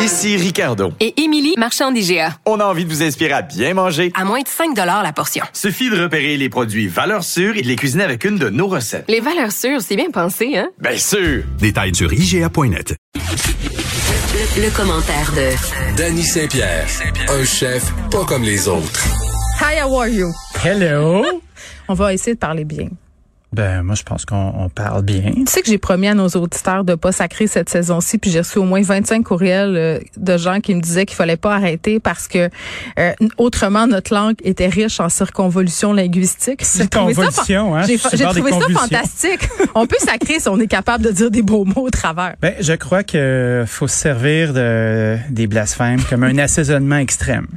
Ici Ricardo. Et Émilie, marchand d'IGA. On a envie de vous inspirer à bien manger. À moins de 5 la portion. Suffit de repérer les produits valeurs sûres et de les cuisiner avec une de nos recettes. Les valeurs sûres, c'est bien pensé, hein? Bien sûr! Détails sur IGA.net. Le, le commentaire de Danny Saint-Pierre, un chef pas comme les autres. Hi, how are you? Hello. On va essayer de parler bien. Ben, moi, je pense qu'on on parle bien. Tu sais que j'ai promis à nos auditeurs de pas sacrer cette saison-ci, puis j'ai reçu au moins 25 courriels euh, de gens qui me disaient qu'il fallait pas arrêter parce que euh, autrement notre langue était riche en circonvolutions linguistiques. J'ai trouvé ça fa- Circonvolutions, hein, J'ai, sur le j'ai bord des trouvé ça convulsions. fantastique. On peut sacrer si on est capable de dire des beaux mots au travers. Ben, je crois que faut se servir de, des blasphèmes comme un assaisonnement extrême.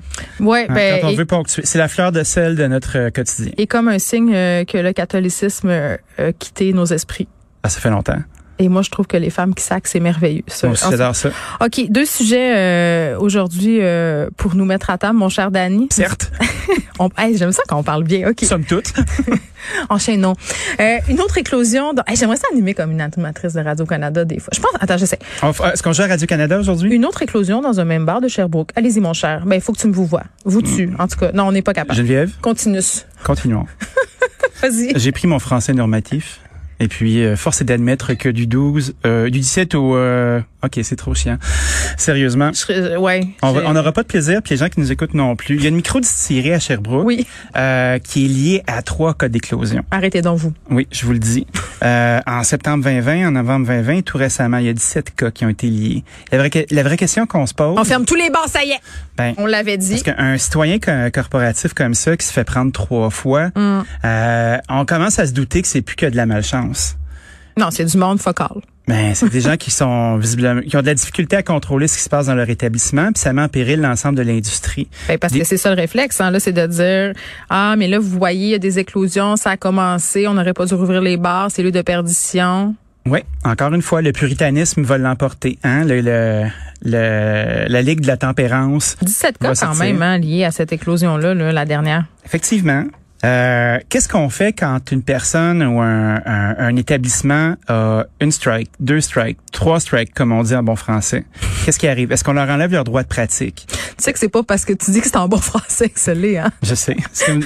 Ouais, Hein, ben, quand on et- veut ponctuer. C'est la fleur de sel de notre euh, quotidien. et comme un signe euh, que le catholicisme euh, a quitté nos esprits. Ah, ça fait longtemps. Et moi, je trouve que les femmes qui sacrent, c'est merveilleux. ça. Moi aussi, En- j'adore ça. OK, deux sujets euh, aujourd'hui euh, pour nous mettre à table, mon cher Danny. Certes, On, hey, j'aime ça quand on parle bien. OK, somme toute. enchaînons. Euh, une autre éclosion. dans- hey, J'aimerais ça animer comme une animatrice de Radio-Canada des fois. Je pense... Attends, j'essaie. On f- ah, Est-ce qu'on gère Radio-Canada aujourd'hui? Une autre éclosion dans un même bar de Sherbrooke. Allez-y, mon cher. Ben, il faut que tu me vous vois. Vous tu, Mm. en tout cas. Non, on n'est pas capable. Ah, Geneviève, Continue. continuons. Vas-y. J'ai pris mon français normatif. Et puis, euh, force est d'admettre que du 12, euh, du 17 au... euh, OK, c'est trop chiant. Sérieusement. Je serais- euh, ouais. On va- J'ai- on n'aura pas de plaisir, puis les gens qui nous écoutent non plus. Il y a une micro-distillerie à Sherbrooke Oui. euh, qui est liée à trois cas d'éclosion. Arrêtez donc vous. Oui, je vous le dis. Euh, en septembre 2020, en novembre 2020, tout récemment, il y a 17 cas qui ont été liés. La vraie, que- la vraie question qu'on se pose, On ferme tous les bars, ça y est. ben, On l'avait dit. parce qu'un citoyen co- corporatif comme ça, qui se fait prendre trois fois, euh, on commence à se douter que c'est plus que de la malchance. Non, c'est du monde focal. Ben, c'est des gens qui sont visiblement, qui ont de la difficulté à contrôler ce qui se passe dans leur établissement, puis ça met en péril l'ensemble de l'industrie. Ben, parce Des- que c'est ça le réflexe, hein, là, c'est de dire ah mais là vous voyez il y a des éclosions, ça a commencé, on n'aurait pas dû rouvrir les bars, c'est lieu de perdition. Oui, encore une fois, le puritanisme va l'emporter. Hein? Le, le- le- la Ligue de la tempérance. 17 On cas va quand sortir. même hein, liés à cette éclosion là, la dernière. Effectivement. euh, Qu'est-ce qu'on fait quand une personne ou un, un- un établissement a une strike, deux strikes, trois strikes, comme on dit en bon français? Qu'est-ce qui arrive? Est-ce qu'on leur enlève leur droit de pratique? Tu sais que c'est pas parce que tu dis que c'est en bon français que c'est l'est, hein. Je sais. C'est comme-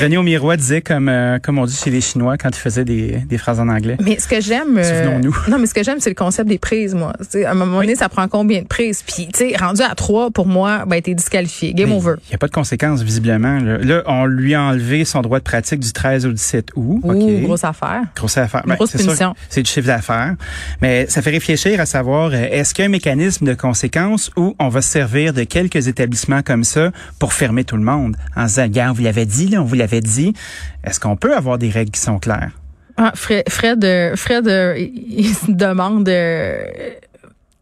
René Aumirois disait, comme, euh, comme on dit chez les Chinois quand il faisait des, des phrases en anglais. Mais ce que j'aime, euh, Souvenons-nous. non, mais ce que j'aime, c'est le concept des prises, moi. Tu sais, à un moment donné, ça prend combien de prises Puis, tu sais, rendu à trois, pour moi, ben t'es disqualifié, game Mais over. Il n'y a pas de conséquences, visiblement. Là. Là, on lui a enlevé son droit de pratique du 13 au 17 août. Ouh, OK. grosse affaire. Grosse affaire. Une grosse Ben, c'est sûr punition. que C'est du chiffre d'affaires. Mais ça fait réfléchir à savoir, euh, est-ce qu'il y a un mécanisme de conséquence où on va se servir de quelques établissements comme ça pour fermer tout le monde? En se disant, Regarde, on vous l'avait dit, là, on vous l'avait dit. Est-ce qu'on peut avoir des règles qui sont claires? Ah, Fred, Fred, euh, Fred, euh, il il se demande. euh,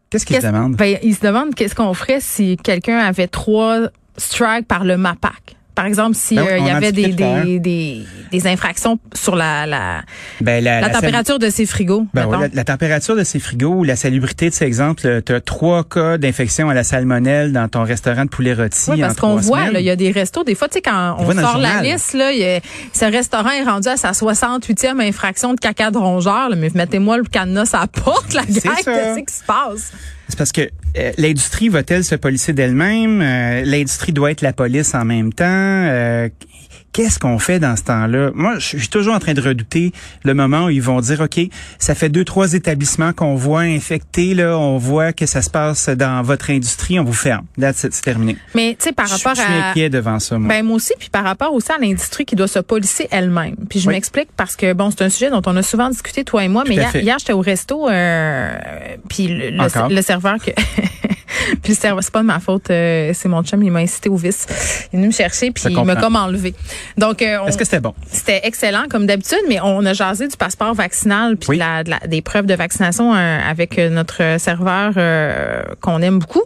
Qu'est-ce qu'ils Qu'est-ce- demandent? Ben, ils se demandent qu'est-ce qu'on ferait si quelqu'un avait trois strikes par le MAPAC. Par exemple, si Ben oui, euh, il on y en avait des, discute, là, des, des, des infractions sur la, la, Ben, la, sali- température de ses frigos. ben ouais, mettons. la, la température de ces frigos ou la salubrité de ces exemples, tu as trois cas d'infection à la salmonelle dans ton restaurant de poulet rôti Oui, en parce trois qu'on voit, semaines. là, il y a des restos. Des fois, tu sais, quand On on, voit dans le sort la journal. liste, là, il y a- ce restaurant est rendu à sa 68e infraction de caca de rongeur. là, mais mettez-moi le cadenas à la porte, la gang, C'est ça. qu'est-ce qui se passe? C'est parce que euh, l'industrie va-t-elle se policer d'elle-même? Euh, l'industrie doit être la police en même temps. Euh, Qu'est-ce qu'on fait dans ce temps-là? Moi, je suis toujours en train de redouter le moment où ils vont dire, OK, ça fait deux, trois établissements qu'on voit infectés, là, on voit que ça se passe dans votre industrie, on vous ferme. That's it, c'est terminé. Mais, tu sais, par Je- rapport je suis à... inquiet devant ça, moi. Ben moi aussi, puis par rapport aussi à l'industrie qui doit se policer elle-même. Puis je Oui. m'explique parce que bon, c'est un sujet dont on a souvent discuté toi et moi, mais à hier, fait. hier, j'étais au resto, euh, puis le, le- Encore. le serveur que Puis le serveur, c'est pas de ma faute, euh, c'est mon chum, il m'a incité au vice. Il est venu me chercher, puis Je il m'a comprends. comme enlevé. Donc, euh, on- Est-ce que c'était bon? c'était excellent comme d'habitude, mais on a jasé du passeport vaccinal puis Oui. de la- de la- des preuves de vaccination euh, avec euh, notre serveur euh, qu'on aime beaucoup.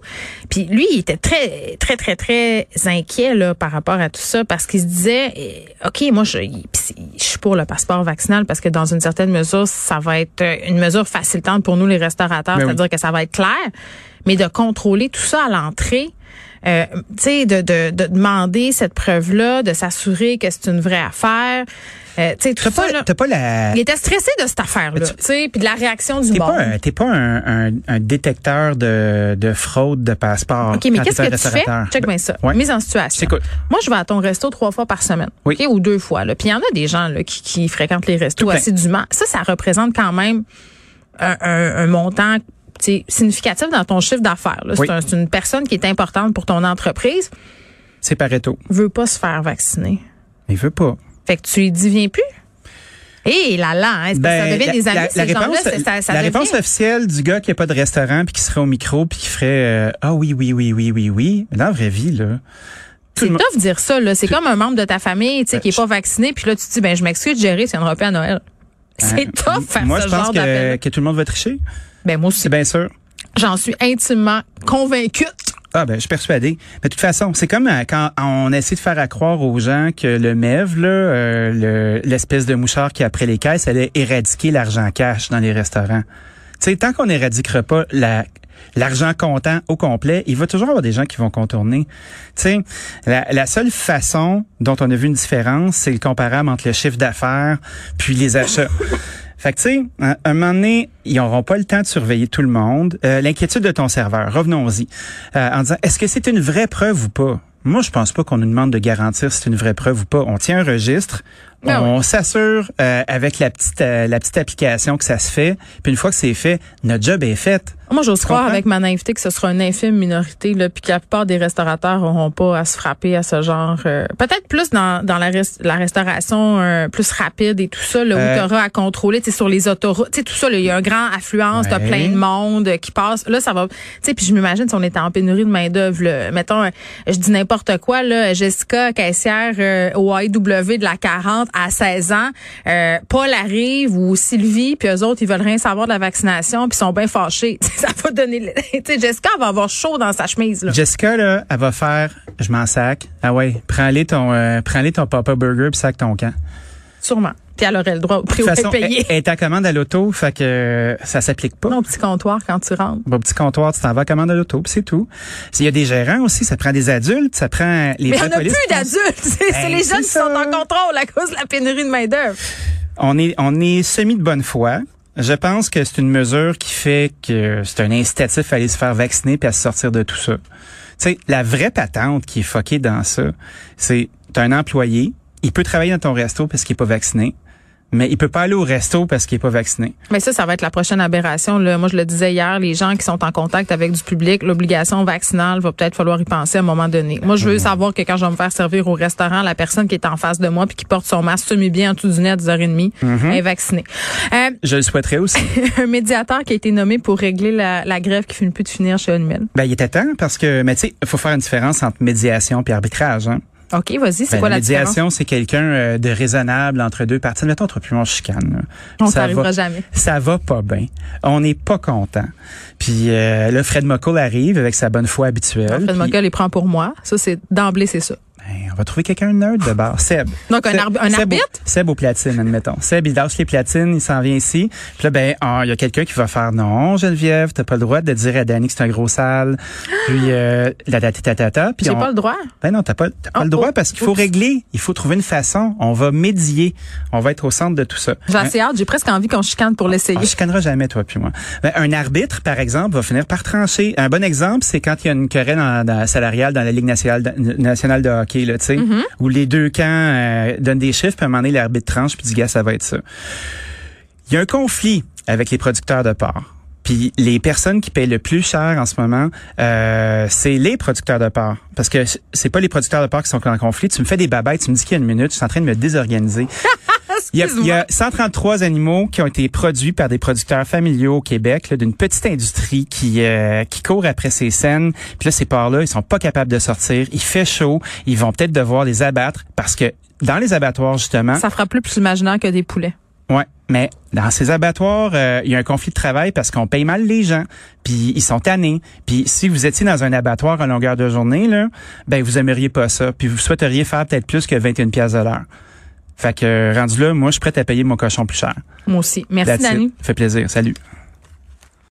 Puis lui, il était très très très très inquiet là, par rapport à tout ça parce qu'il se disait eh, OK, moi je, il- puis c'est- je suis pour le passeport vaccinal parce que dans une certaine mesure, ça va être euh, une mesure facilitante pour nous les restaurateurs, Ben oui. c'est-à-dire que ça va être clair, mais de contrôler tout ça à l'entrée euh, tu sais, de, de, de demander cette preuve-là, de s'assurer que c'est une vraie affaire. Euh, tu sais, tout T'as ça, pas, là. t'as pas la. Il était stressé de cette affaire-là, Tu- tu sais, puis de la réaction du T'es monde. pas, un, t'es pas un, un- un détecteur de, de fraude de passeport. OK, mais quand qu'est-ce t'es un que tu fais? restaurateur. Check bien ça. Ouais. Mise en situation. J'écoute. Moi, je vais à ton resto trois fois par semaine. Oui. OK, ou deux fois. là. Puis il y en a des gens là, qui, qui fréquentent les restos Tout plein. assidûment. Ça, ça représente quand même un, un- un montant tu sais, significatif dans ton chiffre d'affaires. là. Oui. C'est un- c'est une personne qui est importante pour ton entreprise. C'est Pareto. Veut pas se faire vacciner. Il veut pas. Fait que tu lui dis, viens plus. Hé là là, hein, c'est parce que ça Ben, devient des amis, ces gens-là, c'est- ça, ça la devient- réponse officielle du gars qui a pas de restaurant puis qui serait au micro puis qui ferait euh, ah oui oui oui oui oui oui mais dans la vraie vie là tout C'est le monde- tough de dire ça, là. C'est comme un membre de ta famille, tu sais, Ben, qui est pas vacciné, puis là, tu te dis, ben, je m'excuse, Jerry, c'est une repas à Noël. C'est tough faire Ben, euh, moi ce je pense genre que, d'appel. que tout le monde va tricher Ben, moi aussi. c'est bien sûr J'en suis intimement convaincue. ah ben je suis persuadé mais de toute façon c'est comme euh, quand on essaie de faire à croire aux gens que le MEV là euh, le- l'espèce de mouchard qui est après les caisses allait éradiquer l'argent cash dans les restaurants tu sais tant qu'on éradiquera pas la L'argent comptant au complet, il va toujours avoir des gens qui vont contourner. Tu sais, la, la seule façon dont on a vu une différence, c'est le comparable entre le chiffre d'affaires puis les achats. Fait que, tu sais, à un moment donné, ils n'auront pas le temps de surveiller tout le monde. Euh, L'inquiétude de ton serveur, revenons-y, Euh, en disant, est-ce que c'est une vraie preuve ou pas? Moi, je pense pas qu'on nous demande de garantir si c'est une vraie preuve ou pas. On tient un registre, Ah on s'assure euh, avec la petite euh, la petite application que ça se fait, puis une fois que c'est fait, notre job est fait. Moi, j'ose Tu croire comprends? avec ma naïveté que ce sera une infime minorité, là, puis que la plupart des restaurateurs auront pas à se frapper à ce genre. euh, Peut-être plus dans, dans la, res- la restauration euh, plus rapide et tout ça, là, Euh. où t'auras à contrôler, tu sais, sur les autoroutes, tu sais, tout ça, là, il y a un grand affluence, t'as Ouais. plein de monde euh, qui passe. Là, ça va. Tu sais, puis je m'imagine si on était en pénurie de main d'œuvre, là, mettons, euh, je dis n'importe quoi, là, Jessica, caissière euh, au AIW de la 40 à 16 ans, euh, Paul arrive ou Sylvie, puis eux autres, ils veulent rien savoir de la vaccination, puis ils sont bien fâchés. Tu sais, ça va donner. le- Tu sais, Jessica va avoir chaud dans sa chemise. Là. Jessica là, elle va faire, je m'en sac. Ah ouais, prends-les ton euh, prends-les ton papa burger puis sac ton camp. Sûrement. Puis elle aurait le droit au prix De où toute elle façon, payé. elle est à commande à l'auto, fait que euh, ça s'applique pas. Mon petit comptoir quand tu rentres. Au petit comptoir, tu t'en vas à commande à l'auto, puis c'est tout. Il y a des gérants aussi, ça prend des adultes, ça prend les Mais vrais on n'a plus polices. d'adultes. C'est c'est Ben, les jeunes c'est qui sont ça. en contrôle à cause de la pénurie de main-d'œuvre. On est, on est semi de bonne foi. Je pense que c'est une mesure qui fait que c'est un incitatif à aller se faire vacciner puis à se sortir de tout ça. Tu sais, la vraie patente qui est foquée dans ça, c'est t'as un employé, il peut travailler dans ton resto parce qu'il est pas vacciné, mais il peut pas aller au resto parce qu'il est pas vacciné. Mais ça, ça va être la prochaine aberration. Là. Moi, je le disais hier, les gens qui sont en contact avec du public, l'obligation vaccinale va peut-être falloir y penser à un moment donné. Moi, je veux savoir que quand je vais me faire servir au restaurant, la personne qui est en face de moi puis qui porte son masque semi-bien en dessous du nez à 10h30 Mhm. elle est vaccinée. Euh, Je le souhaiterais aussi. un médiateur qui a été nommé pour régler la, la grève qui finit plus de finir chez Unimel. ben, il était temps parce que, mais tu sais, faut faire une différence entre médiation puis arbitrage, hein. OK, vas-y, c'est Ben, quoi la la différence? médiation, c'est quelqu'un euh, de raisonnable entre deux parties. Mettons, entre plus on se chicane. là. On ça s'arrivera va, jamais. Ça va pas bien. On n'est pas content. Puis euh, là, Fred Mockle arrive avec sa bonne foi habituelle. Fred puis, Moga les prend pour moi. Ça, c'est d'emblée, c'est ça. ben, on va trouver quelqu'un de neutre de bord. Seb. Donc, un Seb- arbi- un Seb au- arbitre? Seb aux platines, admettons. Seb, il lâche les platines, il s'en vient ici. Puis là, ben, ah, il y a quelqu'un qui va faire non, Geneviève, t'as pas le droit de dire à Danny que c'est un gros sale. Puis, euh, la ta, ta, ta, ta, ta. Puis J'ai on- pas le droit. ben non, t'as pas, t'as pas Oh, le droit oh, parce qu'il faut oups. régler, il faut trouver une façon. On va médier, on va être au centre de tout ça. J'ai Un- assez hâte, j'ai presque envie qu'on chicane pour l'essayer. Hein? Ah, on chicanera jamais, toi puis moi. Ben, un arbitre, par exemple, va finir par trancher. Un bon exemple, c'est quand il y a une querelle en- dans- salariale dans la Ligue nationale de, nationale de hockey, là, tu sais, où les deux camps euh, donnent des chiffres, puis à un moment donné, l'arbitre tranche, puis dit, gars, ça va être ça. Il y a un conflit avec les producteurs de porc. Puis les personnes qui payent le plus cher en ce moment, euh, c'est les producteurs de porc. Parce que c'est pas les producteurs de porc qui sont en conflit. Tu me fais des babettes, tu me dis qu'il y a une minute, je suis en train de me désorganiser. Il y, a, il y a 133 animaux qui ont été produits par des producteurs familiaux au Québec, là, d'une petite industrie qui euh, qui court après ces scènes. Puis là, ces porcs-là, ils sont pas capables de sortir. Il fait chaud. Ils vont peut-être devoir les abattre parce que dans les abattoirs, justement, Ça fera plus plus imaginaire que des poulets. Ouais, mais dans ces abattoirs, euh, il y a un conflit de travail parce qu'on paye mal les gens, puis ils sont tannés. Puis si vous étiez dans un abattoir à longueur de journée là, ben vous aimeriez pas ça, puis vous souhaiteriez faire peut-être plus que 21 pièces de l'heure. Fait que euh, rendu là, moi je suis prête à payer mon cochon plus cher. Moi aussi. Merci, That's it. Dani. Fait plaisir. Salut.